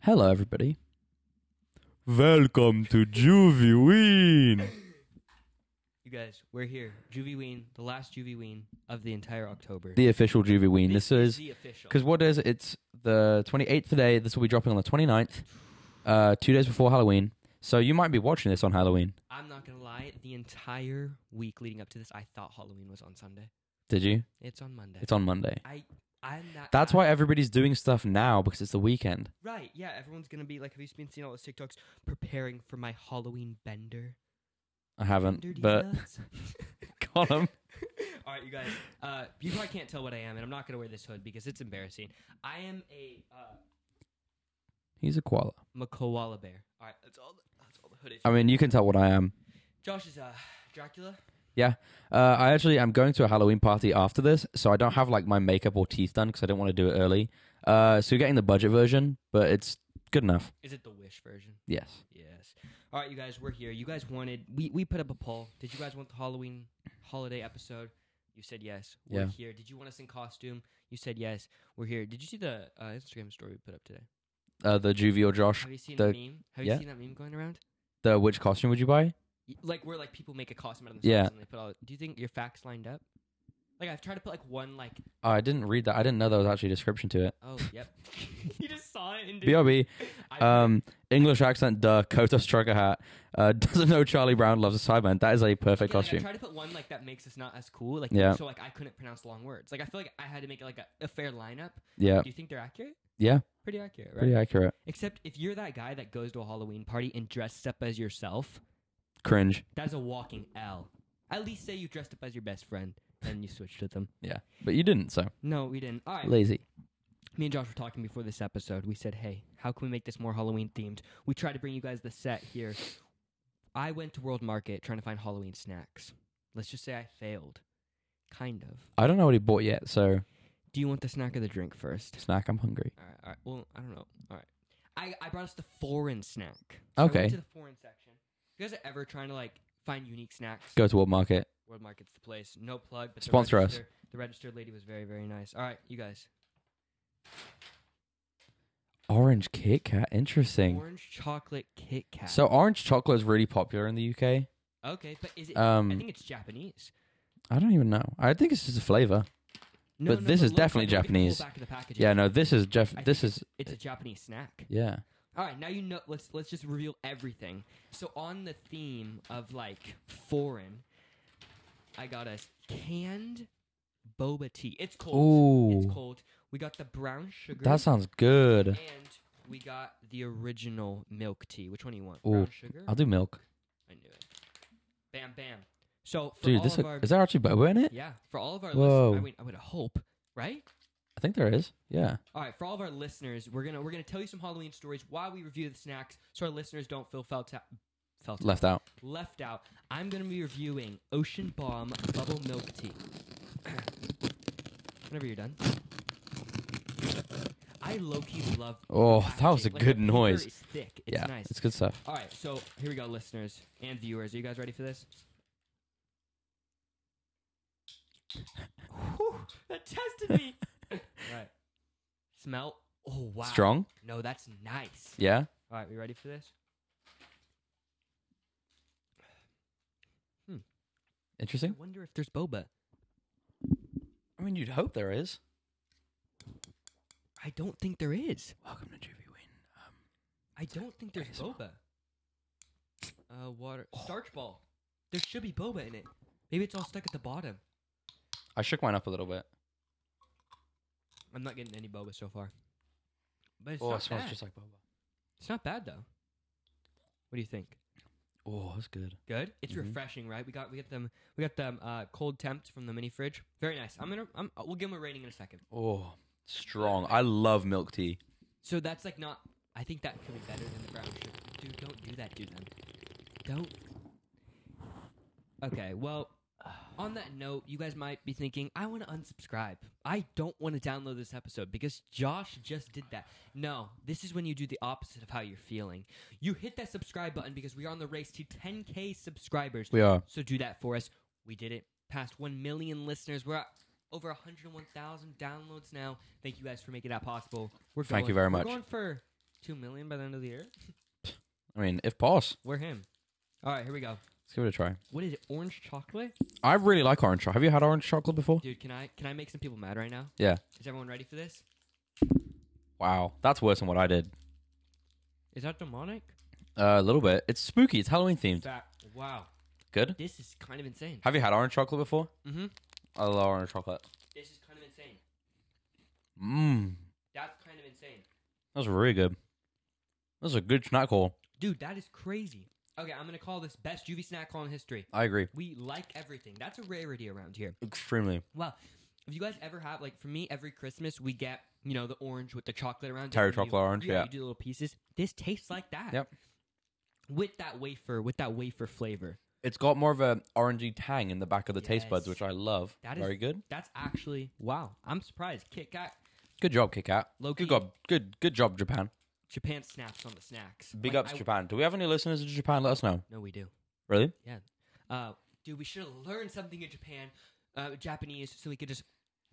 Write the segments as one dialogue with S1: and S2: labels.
S1: Hello, everybody.
S2: Welcome to Juvie Ween.
S3: You guys, we're here. Juvie Ween, the last Juvie Ween of the entire October.
S1: The official Juvie Ween. This is
S3: the official.
S1: because what is it? It's the 28th today. This will be dropping on the 29th, uh, two days before Halloween. So you might be watching this on Halloween.
S3: I'm not gonna lie, the entire week leading up to this, I thought Halloween was on Sunday.
S1: Did you?
S3: It's on Monday.
S1: It's on Monday.
S3: I, I'm not.
S1: That's
S3: I-
S1: why everybody's doing stuff now because it's the weekend.
S3: Right? Yeah, everyone's gonna be like, "Have you been seeing all those TikToks preparing for my Halloween bender?"
S1: I haven't,
S3: Bender
S1: but
S3: details?
S1: got 'em.
S3: all right, you guys. Uh, you probably can't tell what I am, and I'm not gonna wear this hood because it's embarrassing. I am a uh,
S1: He's a koala.
S3: ma- koala bear. All right, that's all. The, that's all the hood is.
S1: I mean, you can tell what I am.
S3: Josh is uh, Dracula.
S1: Uh, I actually am going to a Halloween party after this, so I don't have like my makeup or teeth done because I didn't want to do it early. Uh, so you're getting the budget version, but it's good enough.
S3: Is it the Wish version?
S1: Yes.
S3: Yes. All right, you guys, we're here. You guys wanted we we put up a poll. Did you guys want the Halloween holiday episode? You said yes. We're
S1: Yeah.
S3: here. Did you want us in costume? You said yes. We're here. Did you see the uh, Instagram story we put up today?
S1: Uh, the Juvie or Josh,
S3: Have you seen
S1: the-
S3: the, meme? Have
S1: yeah.
S3: you seen that meme going around?
S1: the which costume would you buy?
S3: Y- Like where like people make a costume out of
S1: Yeah.
S3: themselves and they put all. Do you think your facts lined up? Like I've tried to put like one like
S1: Oh, I didn't read that. I didn't know there was actually a description to it.
S3: oh yep. you just saw it and did.
S1: BRB. Um, English accent, duh. Coat of trucker hat. Uh, doesn't know Charlie Brown loves a Cyberman. That is a perfect
S3: Yeah, like, I
S1: costume.
S3: tried to put one like that makes us not as cool. Like
S1: Yeah.
S3: so like I couldn't pronounce long words. Like I feel like I had to make like a, a fair lineup.
S1: yeah,
S3: Do you think they're accurate?
S1: yeah,
S3: Pretty accurate, right?
S1: pretty accurate.
S3: Except if you're that guy that goes to a Halloween party and dressed up as yourself,
S1: Cringe.
S3: that's a walking L. At least say you dressed up as your best friend and you switched with them.
S1: Yeah, but you didn't, so
S3: No, we didn't. All right.
S1: lazy.
S3: Me and Josh were talking before this episode. We said, hey, how can we make this more Halloween themed? We tried to bring you guys the set here. I went to World Market trying to find Halloween snacks. Let's just say I failed. Kind of.
S1: I don't know what he bought yet, so
S3: Do you want the snack or the drink first?
S1: snack. I'm hungry.
S3: All right, all right. Well, I don't know. All right. I, I brought us the foreign snack. So I went
S1: Okay.
S3: to the foreign section. You guys are ever trying to like find unique snacks?
S1: Go to World Market.
S3: World Market's the place. No plug, but
S1: Sponsor
S3: the
S1: us.
S3: register- The registered lady was very very nice. All right, you guys.
S1: Orange Kit Kat. Interesting.
S3: Orange chocolate Kit Kat.
S1: So orange chocolate is really popular in the UK.
S3: okay, but is it? I
S1: Um,
S3: think it's Japanese.
S1: I don't even know. I think it's just a flavor.
S3: No,
S1: but this is
S3: look-
S1: definitely
S3: look at the whole
S1: Japanese.
S3: Back of the packaging.
S1: Yeah, no, this is Jeff.
S3: I
S1: This
S3: think
S1: is
S3: It's a Japanese snack.
S1: yeah.
S3: All right, now you know. Let's let's just reveal everything. So on the theme of like foreign, I got us canned boba tea. It's cold.
S1: Ooh,
S3: It's cold. We got the brown sugar.
S1: that sounds good.
S3: And we got the original milk tea. Which one do you want?
S1: Ooh,
S3: Brown sugar.
S1: I'll do milk.
S3: I knew it. Bam, bam. So for
S1: Dude,
S3: all
S1: this
S3: of
S1: look-
S3: our
S1: is there actually boba in it?
S3: yeah, for all of our
S1: Whoa.
S3: listeners, I, mean, I would hope, right?
S1: I think there is. Yeah.
S3: All right, for all of our listeners, we're gonna we're gonna tell you some Halloween stories while we review the snacks, so our listeners don't feel felt out. Felt out.
S1: Left out.
S3: left out. I'm gonna be reviewing Ocean Bomb Bubble Milk Tea. Whenever you're done. I low key love. the
S1: Oh, that
S3: packaging.
S1: was a
S3: Like,
S1: good
S3: the paper
S1: noise.
S3: is thick. It's
S1: yeah.
S3: nice.
S1: It's good stuff.
S3: All right, so here we go, listeners and viewers. Are you guys ready for this? Whew, that tested me. All right. Smell. Oh wow.
S1: Strong.
S3: No, that's nice.
S1: Yeah.
S3: All right, we ready for this? I
S1: Interesting.
S3: wonder if there's boba.
S1: I mean, you'd hope there is.
S3: I don't think there is.
S1: Welcome to Juvie Win.
S3: I don't think there's
S1: ASMR.
S3: boba. Uh, water starch ball. There should be boba in it. Maybe it's all stuck at the bottom.
S1: I shook mine up a little bit.
S3: I'm not getting any boba so far. But it's
S1: Oh,
S3: not
S1: it smells
S3: bad.
S1: just like boba.
S3: It's not bad though. What do you think? Mm-hmm.
S1: Oh, that's good.
S3: Good. It's
S1: Mhm.
S3: refreshing, right? We got we got them we got them uh, cold temps from the mini fridge. Very nice. I'm gonna I'm, we'll give them a rating in a second.
S1: Oh, strong. I love milk tea.
S3: So that's like not. I think that could be better than the brown sugar. Dude, don't do that to them. Don't. Okay. Well, on that note, you guys might be thinking, I want to unsubscribe. I don't want to download this episode because Josh just did that. No, this is when you do the opposite of how you're feeling. You hit that subscribe button because we are on the race to 10k subscribers.
S1: We are.
S3: So do that for us. We did it. Past 1 million listeners. We're at over 101,000 downloads now. Thank you guys for making that possible. We're
S1: Thank
S3: going-
S1: you very
S3: we're
S1: much.
S3: going for two million by the end of the year?
S1: I mean, if pause,
S3: We're him. All right, here we go.
S1: let's give it a try.
S3: What is it? Orange chocolate?
S1: I really like orange chocolate. Have you had orange chocolate before?
S3: Dude, can I can I make some people mad right now?
S1: Yeah.
S3: Is everyone ready for this?
S1: Wow, that's worse than what I did.
S3: Is that demonic?
S1: Uh, a little bit. It's spooky. It's Halloween themed.
S3: That wow.
S1: Good.
S3: This is kind of insane.
S1: Have you had orange chocolate before?
S3: Mm-hmm.
S1: I love orange chocolate.
S3: This is kind of insane.
S1: Mmm,
S3: That's kind of insane.
S1: that was really good. That was a good snack haul.
S3: Dude, that is crazy. Okay, I'm gonna call this best juvie snack haul in history.
S1: I agree.
S3: We like everything. That's a rarity around here.
S1: Extremely
S3: Well, if you guys ever have like for me, every Christmas we get you know the orange with the chocolate around. it,
S1: Terry
S3: and you-
S1: chocolate orange, yeah.
S3: you do little pieces. This tastes like that.
S1: Yep.
S3: With that wafer, with that wafer flavor,
S1: It's got more of a orangey tang in the back of the taste buds,
S3: Yes.
S1: which I love.
S3: That is-
S1: Very good.
S3: that's actually wow. I'm surprised. Kit Kat,
S1: Good job, Kit Kat.
S3: Low
S1: Good
S3: key.
S1: job. Good good job, Japan.
S3: Japan snaps on the snacks.
S1: Big
S3: Like,
S1: ups,
S3: I-
S1: Japan. Do we have any listeners in Japan? Let us know.
S3: No, we do.
S1: Really?
S3: Yeah. Uh, dude, we should have learned something in Japan, uh, Japanese, so we could just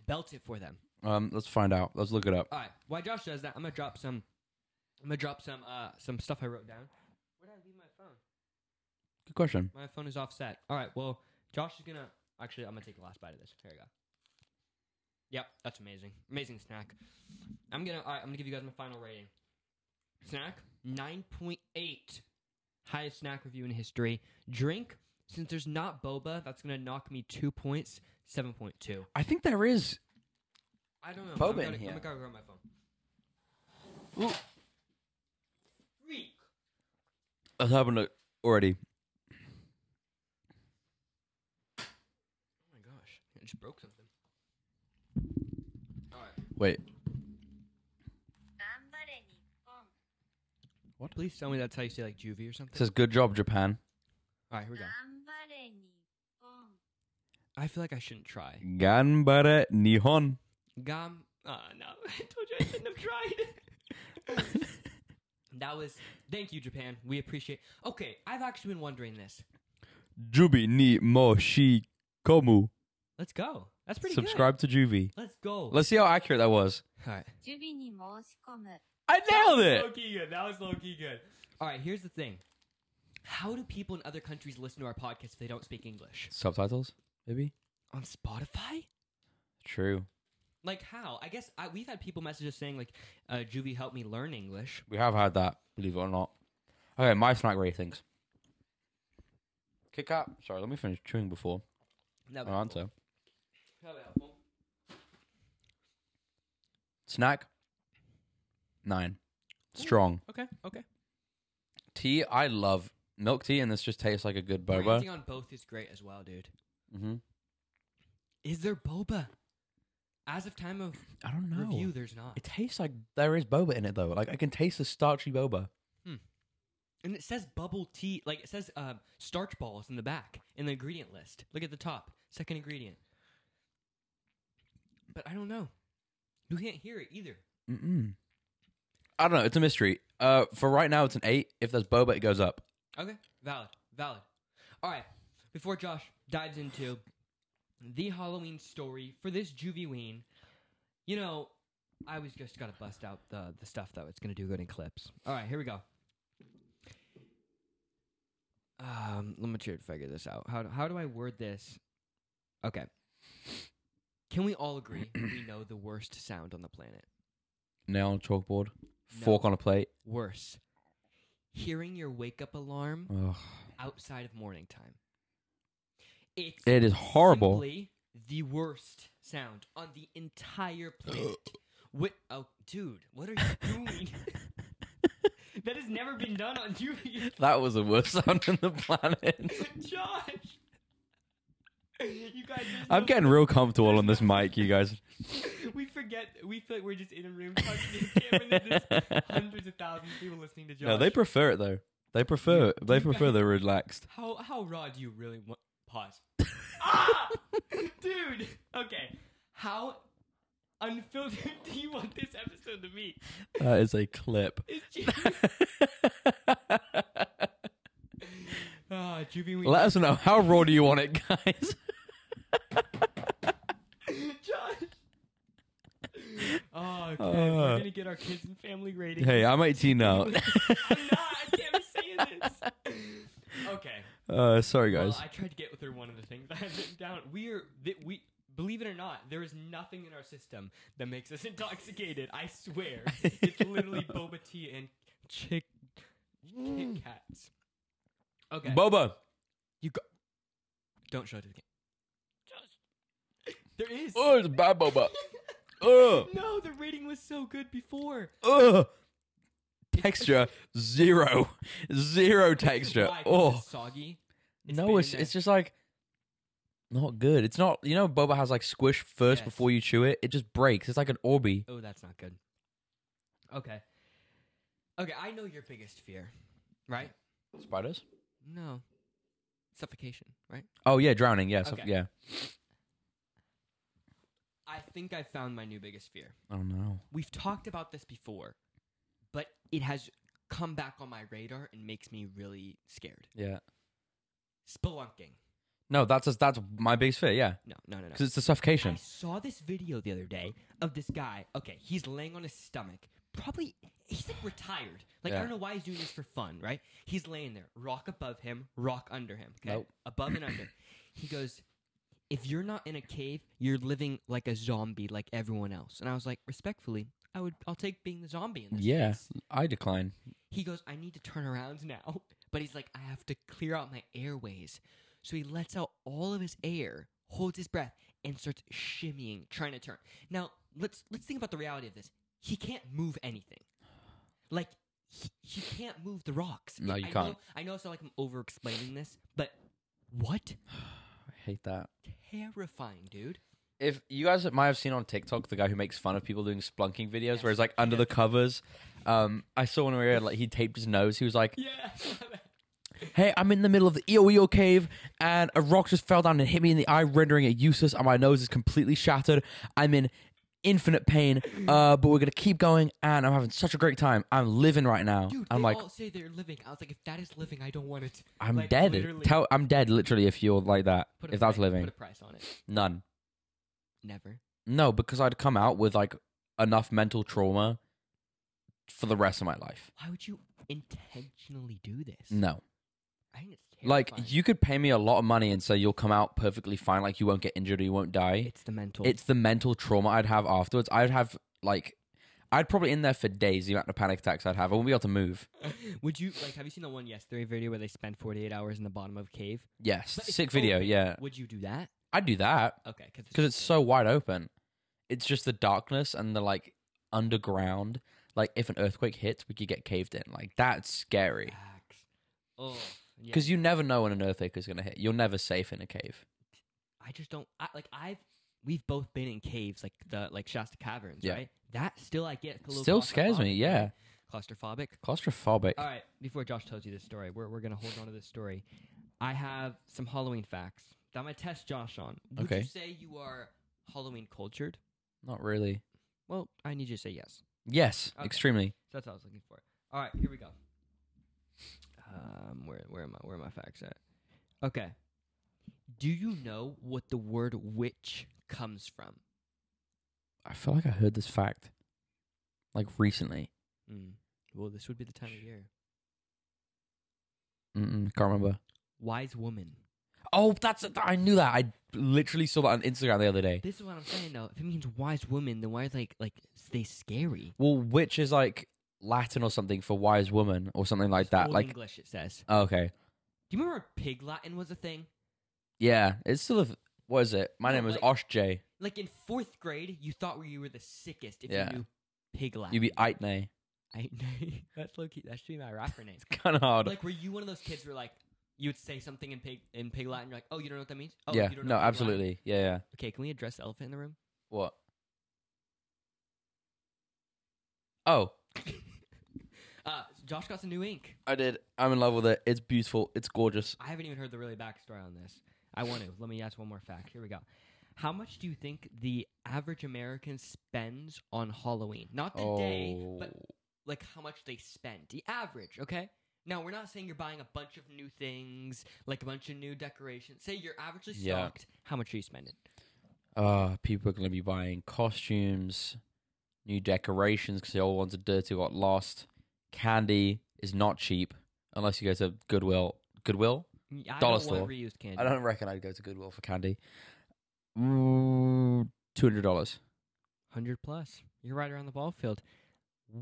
S3: belt it for them.
S1: Um, let's find out. Let's look it up.
S3: All right. While Josh does that, I'm gonna drop some. I'm gonna drop some uh, some stuff I wrote down. Where did I leave my phone?
S1: Good question.
S3: My phone is offset. All right. Well, Josh is gonna. Actually, I'm gonna take the last bite of this. Here we go. Yep, that's amazing. Amazing snack. I'm gonna. All right. I'm gonna give you guys my final rating. Snack nine point eight. Highest snack review in history. Drink since there's not boba, that's gonna knock me two points. Seven point two.
S1: I think there is.
S3: I don't know.
S1: Boba
S3: I'm
S1: in
S3: gonna,
S1: here.
S3: I'm gonna go grab my phone. Freak.
S1: That's happened already.
S3: Oh my gosh! I just broke something. All right.
S1: Wait.
S4: 頑張れ日本
S3: What? Please tell me that's how you say like juvie or
S1: It
S3: something.
S1: says good job, Japan.
S3: All right, here we go.
S4: 頑張れ日本
S3: I feel like I shouldn't try.
S1: Ganbare Nihon.
S3: Gam. Uh, no, I told you I shouldn't have tried. that was. Thank you, Japan. We appreciate. Okay, I've actually been wondering this.
S1: Jubi ni moshi komu.
S3: Let's go. That's pretty
S1: Subscribe to Juvie.
S3: good. Let's go.
S1: Let's see how accurate that was.
S3: All right.
S4: 準備に申し込む
S1: I nailed
S3: Low
S1: it.
S3: key good. That was low key good. All right, here's the thing. How do people in other countries listen to our podcast if they don't speak English?
S1: Subtitles, maybe.
S3: On Spotify?
S1: True.
S3: Like how? I guess I, we've had people message us saying like, uh, "Juvie, help me learn English."
S1: We have had that, believe it or not. Okay, my snack ratings. Kit Kat. Sorry, let me finish chewing before
S3: That'd
S1: I
S3: be helpful.
S1: answer.
S3: That'd be helpful.
S1: Snack. Nine. Strong.
S3: Okay. Okay.
S1: Tea. I love milk tea, and this just tastes like a good boba.
S3: Ranting on both is great as well, dude.
S1: Mm-hmm.
S3: Is there boba? As of time of
S1: I don't know.
S3: review, there's not.
S1: It tastes like there is boba in it though. Like I can taste the starchy boba.
S3: and it says bubble tea, like it says um, starch balls in the back in the ingredient list. Look at the top, second ingredient. But I don't know. You can't hear it either.
S1: Mm-mm. I don't know. It's a mystery. Uh, for right now, it's an eight. If there's boba, it goes up.
S3: Okay, valid, valid. All right, before Josh dives into the Halloween story for this juvie ween, you know, I was just gotta bust out the the stuff that was gonna do good in clips. All right, here we go. Um, let me try to figure this out. How do, how do I word this? Okay. Can we all agree we know the worst sound on the planet?
S1: Nail on a chalkboard.
S3: No.
S1: Fork on a plate.
S3: Worse. Hearing your wake up alarm
S1: Ugh.
S3: outside of morning time. It's
S1: It is horrible.
S3: Simply the worst sound on the entire planet. what? Oh, dude, what are you doing? that has never been done on you,
S1: That was the worst sound on the planet.
S3: Josh. You guys, there's
S1: I'm
S3: no-
S1: getting real comfortable on this mic, you guys.
S3: We forget. We feel like we're just in a room talking to the camera, and there's just hundreds of thousands of people listening to Josh.
S1: No, they prefer it though. They prefer it. They prefer the relaxed.
S3: How how raw do you really want? Pause. ah, dude. Okay. How unfiltered do you want this episode to be?
S1: That is a clip.
S3: It's ju- ah, Juvie Ween.
S1: Let us know how raw do you want it, guys.
S3: Josh.
S1: Uh.
S3: Oh, okay. Ah, We're gonna get our our kids and family rating.
S1: Hey, I'm 18 now.
S3: I'm not. I can't be saying this. Okay.
S1: Uh, sorry,
S3: Well,
S1: guys.
S3: I tried to get through one of the things I had written down. We are that we believe it or not, there is nothing in our system that makes us intoxicated. I swear, it's literally boba tea and chick
S1: Mm.
S3: Kit Kats. Okay,
S1: Boba.
S3: you go. Don't show it to the camera. Just there is.
S1: Oh, it's bad boba. Ugh.
S3: No, the rating was so good before.
S1: Ugh. uh. Texture zero, zero texture.
S3: Why? 'Cause
S1: Oh
S3: it's soggy. been
S1: no, it's
S3: in there.
S1: it's just like not good. It's not. You know, boba has like squish first
S3: Yes.
S1: before you chew it. It just breaks. It's like an Orby.
S3: Oh, that's not good. Okay. Okay, I know your biggest fear, right?
S1: Spiders.
S3: No. Suffocation, right?
S1: Oh yeah, drowning. Yeah, so-
S3: Okay.
S1: yeah.
S3: I think I found my new biggest fear.
S1: Oh no.
S3: We've talked about this before, but it has come back on my radar and makes me really scared.
S1: Yeah.
S3: Spelunking.
S1: No, that's just, that's my biggest fear. Yeah,
S3: No, no, no, no.
S1: because it's the
S3: I
S1: suffocation.
S3: saw this video the other day of this guy. Okay, he's laying on his stomach. Probably he's like retired. Like I
S1: Yeah.
S3: don't know why he's doing this for fun, right? He's laying there, rock above him, rock under him. Okay,
S1: Nope.
S3: above and under. He goes, "If you're not in a cave, you're living like a zombie, like everyone else." And I was like, respectfully, I would, I'll take being the zombie in this.
S1: Yeah,
S3: case."
S1: I decline.
S3: He goes, I need to turn around now. But he's like, I have to clear out my airways. So he lets out all of his air, holds his breath, and starts shimmying, trying to turn. Now, let's let's think about the reality of this. He can't move anything. Like he, he can't move the rocks.
S1: No, you
S3: I Know,
S1: can't.
S3: I know it's not like I'm over explaining this, but what?
S1: I hate that.
S3: Terrifying, dude.
S1: if you guys might have seen on TikTok the guy who makes fun of people doing splunking videos where he's like under the covers. Um, I saw one where he had, like he taped his nose. He was like,
S3: Yeah.
S1: "Hey, I'm in the middle of the E EOEO cave, and a rock just fell down and hit me in the eye, rendering it useless, and my nose is completely shattered. I'm in infinite pain, uh, but we're gonna keep going, and I'm having such a great time. I'm living right now.
S3: dude,
S1: I'm
S3: they
S1: like,
S3: all say they're living. I was like, if that is living, I don't want it.
S1: I'm
S3: Like,
S1: dead.
S3: literally.
S1: Tell, I'm dead. Literally, if you're like that,
S3: Put a
S1: if that's
S3: pri-
S1: living,
S3: Put a price on it.
S1: none."
S3: Never.
S1: No, because I'd come out with like enough mental trauma for the rest of my life.
S3: Why would you intentionally do this?
S1: No.
S3: I think it's
S1: Like
S3: terrifying.
S1: you could pay me a lot of money and say you'll come out perfectly fine, like you won't get injured or you won't die.
S3: It's the mental.
S1: It's the mental trauma I'd have afterwards. I'd have like I'd probably in there for days the amount of panic attacks I'd have. I wouldn't be able to move.
S3: Would you like? Have you seen the one yesterday video where they spend forty eight hours in the bottom of a cave?
S1: Yes.
S3: But it's
S1: Sick video,
S3: open.
S1: yeah.
S3: Would you do that?
S1: I'd do that.
S3: Okay, because
S1: Because it's so wide open. It's just the darkness and the like underground. Like if an earthquake hits, we could get caved in. Like that's scary.
S3: Facts. Oh, yeah.
S1: Because you never know when an earthquake is going to hit. You're never safe in a cave.
S3: I just don't. I, like I've. We've both been in caves, like the like Shasta caverns,
S1: Yeah.
S3: right? That still I get a little
S1: Still scares me,
S3: claustrophobic,
S1: yeah.
S3: right? claustrophobic.
S1: Claustrophobic.
S3: All right, before Josh tells you this story, we're, we're going to hold on to this story. I have some Halloween facts that I'm going to test Josh on. Would
S1: Okay.
S3: you say you are Halloween cultured?
S1: Not really.
S3: Well, I need you to say yes.
S1: Yes,
S3: Okay.
S1: extremely.
S3: So that's what I was looking for. All right, here we go. Um, where where am I? Where are my facts at? Okay. Do you know what the word witch comes from?
S1: I feel like I heard this fact like recently.
S3: Mm. Well, this would be the time of year.
S1: Mm-mm, can't remember.
S3: Wise woman.
S1: Oh, that's I knew that. I literally saw that on Instagram the other day.
S3: This is what I'm saying though. If it means wise woman, then why is like like they scary?
S1: Well, which is like Latin or something for wise woman or something like
S3: It's
S1: that.
S3: Old
S1: Like
S3: English, it says.
S1: okay,
S3: Do you remember when Pig Latin was a thing?
S1: yeah, it's still. A, what is it? My
S3: No,
S1: name is
S3: like-
S1: Osh J.
S3: Like in fourth grade, you thought you were the sickest if
S1: Yeah.
S3: you knew Pig Latin.
S1: You be Aitne.
S3: I that's low key. That should be my rapper name.
S1: It's kind of hard.
S3: like, were you one of those kids where like you would say something in Pig in Pig Latin, you're like, oh, you don't know what that means? Oh,
S1: yeah,
S3: you don't
S1: no,
S3: know Pig Latin?"
S1: absolutely. Yeah, yeah.
S3: Okay, can we address the elephant in the room?
S1: What? Oh,
S3: Uh, Josh got some new ink.
S1: I did. I'm in love with it. It's beautiful. It's gorgeous.
S3: I haven't even heard the really backstory on this. I want to. Let me ask one more fact. Here we go. How much do you think the average American spends on Halloween? Not the day, but like how much they spend. The average, okay? Now we're not saying you're buying a bunch of new things, like a bunch of new decorations. Say you're averagely
S1: Yeah. Oh,
S3: stocked. How much are you spending?
S1: uh, people are going to be buying costumes, new decorations because the old ones are dirty, got lost. Candy is not cheap unless you go to Goodwill. Goodwill?
S3: I
S1: Dollar
S3: don't want
S1: store.
S3: reused candy.
S1: I don't reckon I'd go to Goodwill for candy. Two hundred dollars.
S3: Hundred plus. You're right around the ball field.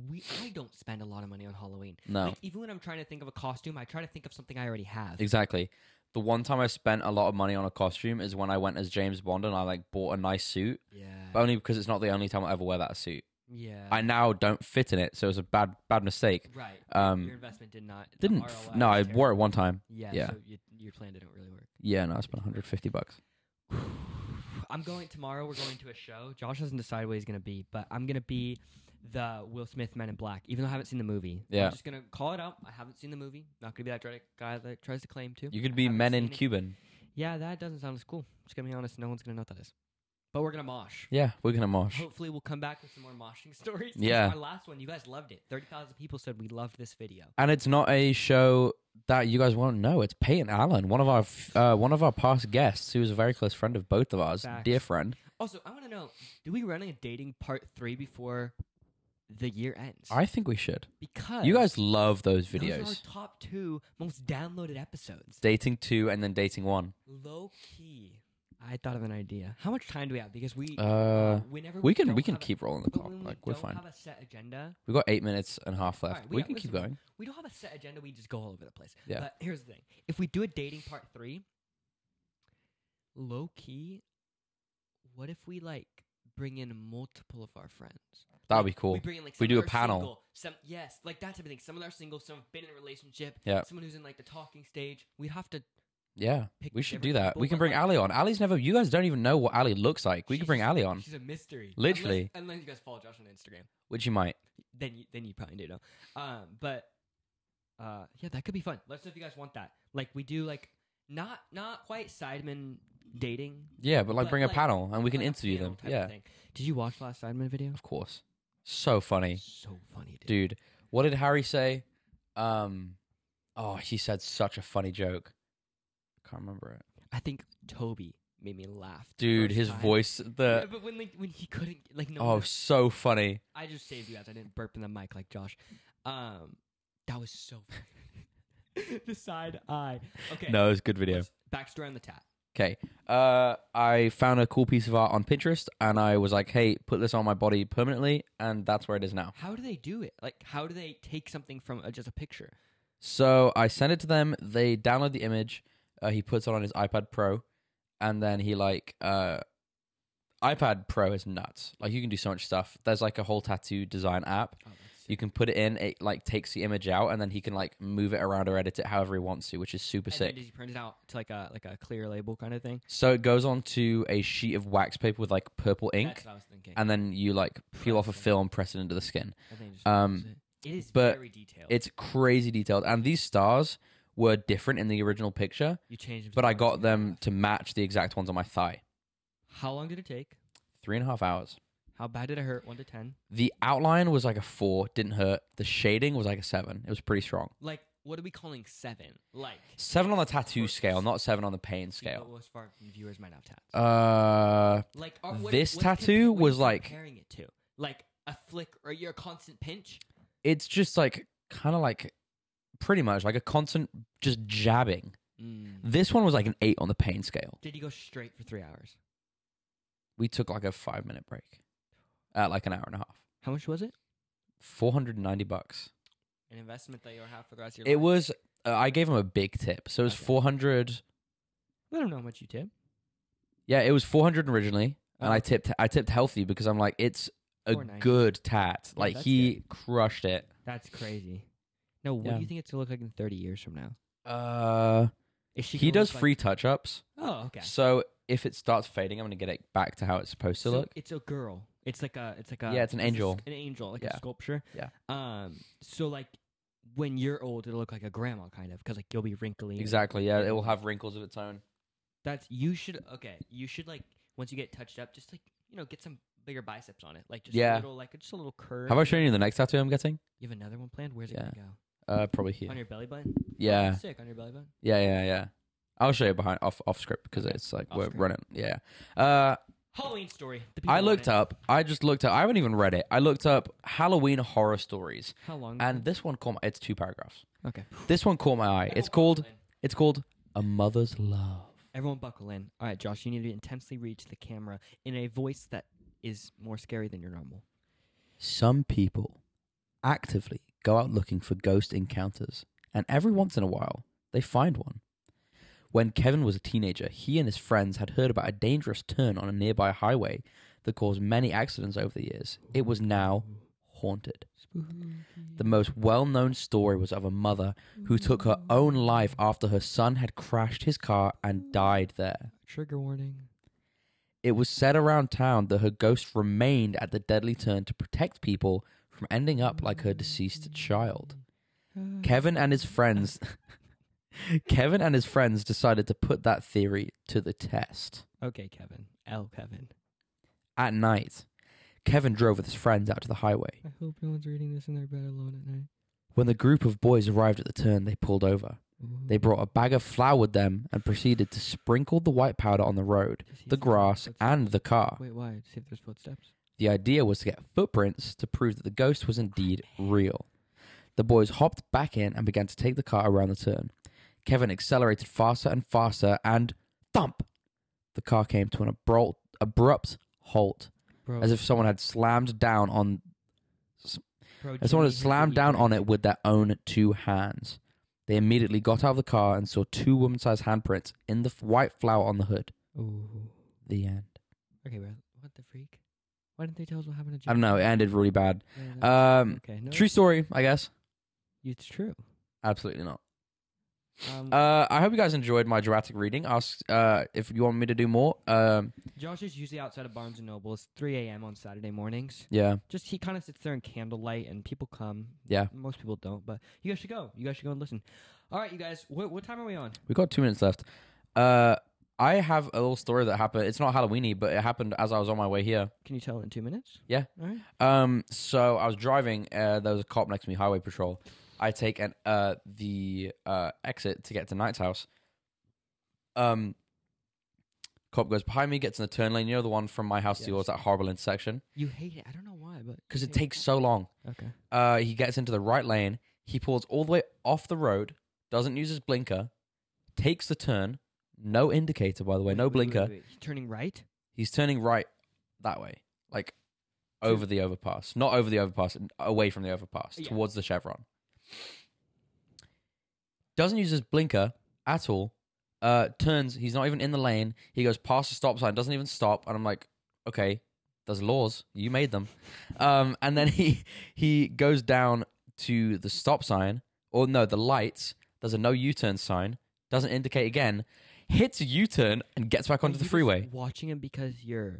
S3: We I don't spend a lot of money on Halloween.
S1: No,
S3: Like, even when I'm trying to think of a costume, I try to think of something I already have.
S1: exactly. The one time I spent a lot of money on a costume is when I went as James Bond and I like bought a nice suit,
S3: Yeah.
S1: but only because it's not the only time I ever wear that suit.
S3: yeah.
S1: Oh. I now don't fit in it, so it was a bad bad mistake.
S3: right. Your
S1: Um,
S3: investment did not. the
S1: didn't
S3: ROI
S1: f- no, I
S3: was terrible.
S1: wore it one time.
S3: Yeah.
S1: yeah.
S3: So you, your plan didn't really work.
S1: Yeah, no, I spent 150 bucks.
S3: I'm going tomorrow. We're going to a show. Josh doesn't decide what he's gonna be, but I'm gonna be the Will Smith Men in Black, even though I haven't seen the movie.
S1: Yeah.
S3: I'm just gonna call it out. I haven't seen the movie. Not gonna be that dreaded guy that tries to claim to.
S1: You could be
S3: haven't
S1: men in
S3: seen it.
S1: Cuban.
S3: Yeah, that doesn't sound as cool. Just gonna be honest, no one's gonna know what that is. But we're gonna mosh.
S1: Yeah, we're gonna mosh.
S3: Hopefully, we'll come back with some more moshing stories.
S1: Yeah.
S3: Our last one, you guys loved it. 30,000 people said we loved this video.
S1: And it's not a show that you guys won't know. It's Peyton Allen, one of our f- uh, one of our past guests, who is a very close friend of both of ours,
S3: Facts.
S1: dear friend.
S3: Also, I want to know do we run a dating part three before the year ends?
S1: I think we should.
S3: Because
S1: You guys love those
S3: those are
S1: videos,
S3: our top two most downloaded episodes.
S1: dating two and then dating one.
S3: Low key. I thought of an idea. How much time do we have? Because we,
S1: Uh,
S3: whenever
S1: We can
S3: don't
S1: we can
S3: have a-
S1: keep rolling the
S3: but
S1: clock.
S3: when we
S1: Like we're
S3: don't
S1: fine.
S3: have a set agenda.
S1: We've got eight minutes and a half left.
S3: Alright,
S1: we
S3: yeah,
S1: can keep
S3: listen,
S1: going.
S3: We don't have a set agenda. We just go all over the place.
S1: Yeah.
S3: But here's the thing: if we do a dating part three, low key, what if we like bring in multiple of our friends?
S1: That'd
S3: Like,
S1: be cool.
S3: We bring in like
S1: We
S3: some
S1: do a
S3: that are
S1: panel.
S3: single, some yes, like that type of thing. Some that are single, some have been in a relationship.
S1: Yeah.
S3: Someone who's in like the talking stage. We'd have to.
S1: Yeah,
S3: pick
S1: we should do
S3: different
S1: that.
S3: people,
S1: We can
S3: but,
S1: bring
S3: like-
S1: Ali on. Ali's never. You guys don't even know what Ali looks like. We
S3: she's
S1: could bring
S3: just-
S1: Ali on,
S3: She's a mystery.
S1: Literally.
S3: Unless, unless you guys follow Josh on Instagram.
S1: which you might.
S3: then you then you probably do know. Um, but uh, yeah, that could be fun. Let us know if you guys want that. Like we do, like not not quite Sidemen dating.
S1: Yeah, but like
S3: but,
S1: bring a
S3: like,
S1: panel and we can
S3: like a
S1: interview
S3: panel
S1: them.
S3: type of
S1: Yeah,
S3: thing. Did you watch last Sidemen video?
S1: of course. So funny,
S3: So funny, dude.
S1: dude. What did Harry say? Um, oh, he said such a funny joke. I can't remember it,
S3: I think Toby made me laugh. the
S1: dude.
S3: first
S1: His
S3: time.
S1: voice,
S3: Yeah,
S1: the
S3: but when like when he couldn't like no.
S1: oh,
S3: one-
S1: so funny.
S3: I just saved you guys. I didn't burp in the mic like Josh. Um, that was so. funny. the side eye. Okay.
S1: No, it was a good video.
S3: let's- Backstory on the tat.
S1: Okay. Uh, I found a cool piece of art on Pinterest, and I was like, "Hey, put this on my body permanently," and that's where it is now.
S3: How do they do it? Like, how do they take something from uh, just a picture?
S1: So I send it to them. They download the image. Uh, he puts it on his iPad Pro, and then he like uh, iPad Pro is nuts. Like you can do so much stuff. There's like a whole tattoo design app.
S3: Oh, that's
S1: You can put it in. It like takes the image out, and then he can like move it around or edit it however he wants to, which is super
S3: and then
S1: sick.
S3: Did you print it out to like a like a clear label kind of thing?
S1: So it goes onto a sheet of wax paper with like purple ink,
S3: That's what I was thinking.
S1: and then you like peel off a
S3: Press it.
S1: film, press it into the skin.
S3: I think just
S1: um,
S3: follows it. it is
S1: but
S3: very detailed.
S1: It's crazy detailed, and these stars were different in the original picture.
S3: you changed, them
S1: but
S3: so
S1: I
S3: much.
S1: got them to match the exact ones on my thigh.
S3: How long did it take?
S1: Three and a half hours.
S3: How bad did it hurt? One to ten.
S1: The outline was like a four, didn't hurt. The shading was like a seven. It was pretty strong.
S3: Like, what are we calling seven? Like
S1: Seven on the tattoo
S3: Hurts.
S1: scale, not seven on the pain
S3: See, but
S1: scale.
S3: As far as viewers might have tats.
S1: Uh,
S3: like are, what,
S1: this
S3: what's compa-
S1: tattoo
S3: what are you
S1: was, like-
S3: comparing it to like a flick or your constant pinch.
S1: it's just like kind of like pretty much like a constant just jabbing. This one was like an eight on the pain scale.
S3: Did you go straight for three hours?
S1: We took like a five minute break at like an hour and a half.
S3: How much was it?
S1: Four hundred and ninety bucks.
S3: An investment that you'll have for the rest of your
S1: It
S3: life.
S1: was. Uh, I gave him a big tip, so it was
S3: Okay.
S1: four hundred.
S3: Let them know how much you tip.
S1: Yeah, it was 400 originally, and
S3: Oh.
S1: I tipped I tipped healthy because I'm like it's a
S3: 490.
S1: good tat.
S3: Yeah,
S1: Like
S3: that's
S1: he crushed it.
S3: That's crazy. No, what
S1: Yeah.
S3: do you think it's gonna look like in thirty years from now?
S1: Uh,
S3: Is she?
S1: he
S3: gonna
S1: does
S3: look like-
S1: free touch ups,
S3: oh, okay.
S1: so if it starts fading, I'm gonna get it back to how it's supposed to
S3: So
S1: look.
S3: it's a girl. It's like a. It's like a.
S1: Yeah, it's an
S3: a s-
S1: angel.
S3: An angel, like
S1: Yeah.
S3: a sculpture.
S1: Yeah.
S3: Um. So like, when you're old, it'll look like a grandma kind of, because like you'll be wrinkly. and-
S1: Exactly. Yeah, it will have wrinkles of its own.
S3: That's you should. Okay, you should like once you get touched up, just like you know, get some bigger biceps on it. Like just
S1: Yeah.
S3: a little, like just a little curve.
S1: Have I shown you the next tattoo I'm getting?
S3: You have another one planned. Where's it
S1: Yeah.
S3: gonna go?
S1: Uh, probably here.
S3: On your belly button. Oh,
S1: Yeah,
S3: Sick on your belly button.
S1: yeah, yeah, yeah. I'll show you behind off off script because
S3: Okay.
S1: it's like
S3: Off
S1: we're
S3: script.
S1: running. Yeah. Uh,
S3: Halloween story. The people
S1: I
S3: want
S1: looked
S3: it.
S1: up. I just looked up. I haven't even read it. I looked up Halloween horror stories,
S3: How long?
S1: and this one caught. My, it's two paragraphs.
S3: okay.
S1: This one caught my eye. It's called. It's called A Mother's Love.
S3: Everyone buckle in. All right, Josh, you need to intensely read to the camera in a voice that is more scary than your normal.
S1: Some people actively go out looking for ghost encounters, and every once in a while, they find one. When Kevin was a teenager, he and his friends had heard about a dangerous turn on a nearby highway that caused many accidents over the years. It was now haunted. The most well known story was of a mother who took her own life after her son had crashed his car and died there.
S3: Trigger warning.
S1: It was said around town that her ghost remained at the deadly turn to protect people from ending up like her deceased child. Kevin and his friends Kevin and his friends decided to put that theory to the test.
S3: Okay, Kevin. L. Kevin.
S1: At night, Kevin drove with his friends out to the highway.
S3: I hope no one's reading this in their bed alone at night.
S1: When the group of boys arrived at the turn, they pulled over. They brought a bag of flour with them and proceeded to sprinkle the white powder on the road, the grass, and the car.
S3: Wait, why? To see if there's footsteps.
S1: The idea was to get footprints to prove that the ghost was indeed real. The boys hopped back in and began to take the car around the turn. Kevin accelerated faster and faster, and thump! The car came to an abrupt, abrupt halt,
S3: Bro,
S1: as if someone had slammed down on,
S3: bro,
S1: as someone
S3: Jimmy
S1: had slammed
S3: Hendrix-
S1: down on it with their own two hands. They immediately got out of the car and saw two woman-sized handprints in the f- white flower on the hood.
S3: Ooh.
S1: The end.
S3: Okay, bro. What the freak? Why didn't they tell us what happened to
S1: I
S3: Jimmy?
S1: don't know. It ended really bad.
S3: Yeah, that's-
S1: Um,
S3: okay, no,
S1: true story, I guess.
S3: it's true.
S1: Absolutely not.
S3: Um,
S1: Uh, I hope you guys enjoyed my dramatic reading. Ask uh, if you want me to do more. Um,
S3: Josh is usually outside of Barnes and Noble. It's 3 a.m. on Saturday mornings.
S1: yeah,
S3: Just he kind of sits there in candlelight, and people come.
S1: Yeah.
S3: most people don't, but you guys should go. You guys should go and listen. All right, you guys. What what time are we on?
S1: we got two minutes left. Uh, I have a little story that happened. It's not Halloweeny, but it happened as I was on my way here.
S3: Can you tell in two minutes?
S1: Yeah.
S3: All right.
S1: Um, so I was driving. Uh, there was a cop next to me, highway patrol. I take an uh the uh exit to get to Knight's house. Um, cop goes behind me, gets in the turn lane. You know the one from my house to
S3: Yes.
S1: yours, that horrible intersection,
S3: You hate it. I don't know why, but
S1: because it takes so long.
S3: Okay.
S1: Uh, he gets into the right lane. He pulls all the way off the road. Doesn't use his blinker. Takes the turn. No indicator, by the way.
S3: Wait,
S1: no
S3: wait, wait,
S1: blinker.
S3: wait, wait. Turning right.
S1: He's turning right that way, like over the overpass. Not over the overpass. Away from the overpass.
S3: Yeah.
S1: Towards the chevron. Doesn't use his blinker at all. Uh, turns. He's not even in the lane. He goes past the stop sign. Doesn't even stop. And I'm like, okay, there's laws. You made them. Um, and then he he goes down to the stop sign, or no, the lights. There's a no U-turn sign. Doesn't indicate again. Hits a U-turn and gets back
S3: Are
S1: onto
S3: you
S1: the
S3: just
S1: freeway.
S3: Watching him because you're.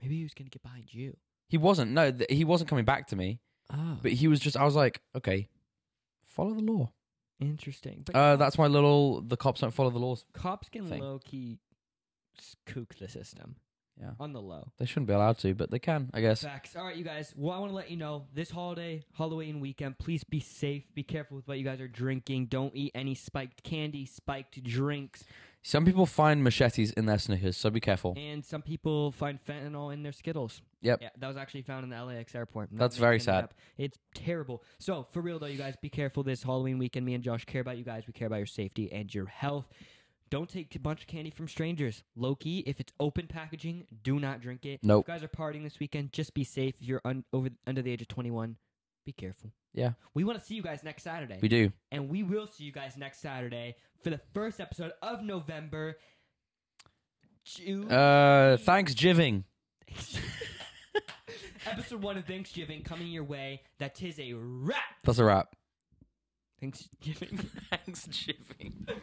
S3: Maybe he was gonna get behind you.
S1: He wasn't. No, th- he wasn't coming back to me.
S3: Ah,
S1: But he was just. I was like, okay, follow the law.
S3: interesting. But
S1: Uh,
S3: cops-
S1: that's my little. The cops don't follow the laws.
S3: cops can
S1: thing.
S3: low key kook the system.
S1: Yeah.
S3: On the low.
S1: They shouldn't be allowed to, but they can, I guess.
S3: Facts. All right, you guys. Well, I want to let you know this holiday, Halloween weekend, please be safe. Be careful with what you guys are drinking. Don't eat any spiked candy, spiked drinks.
S1: Some people find machetes in their Snickers, so be careful.
S3: And some people find fentanyl in their Skittles.
S1: Yep.
S3: Yeah, that was actually found in the LAX airport. I'm not
S1: That's
S3: making
S1: very
S3: it
S1: sad.
S3: up. It's terrible. So, for real though, you guys, be careful this Halloween weekend. Me and Josh care about you guys. We care about your safety and your health. Don't take a bunch of candy from strangers. Low key, if it's open packaging, do not drink it.
S1: Nope.
S3: If you guys are partying this weekend, just be safe. If you're un- over under the age of 21, be careful.
S1: Yeah.
S3: We want to see you guys next Saturday.
S1: We do.
S3: and we will see you guys next Saturday for the first episode of November. Ju-
S1: Uh, thanks, jiving.
S3: Episode one of Thanksgiving coming your way. That is a wrap.
S1: That's a wrap.
S3: Thanksgiving.
S1: Thanks, jiving.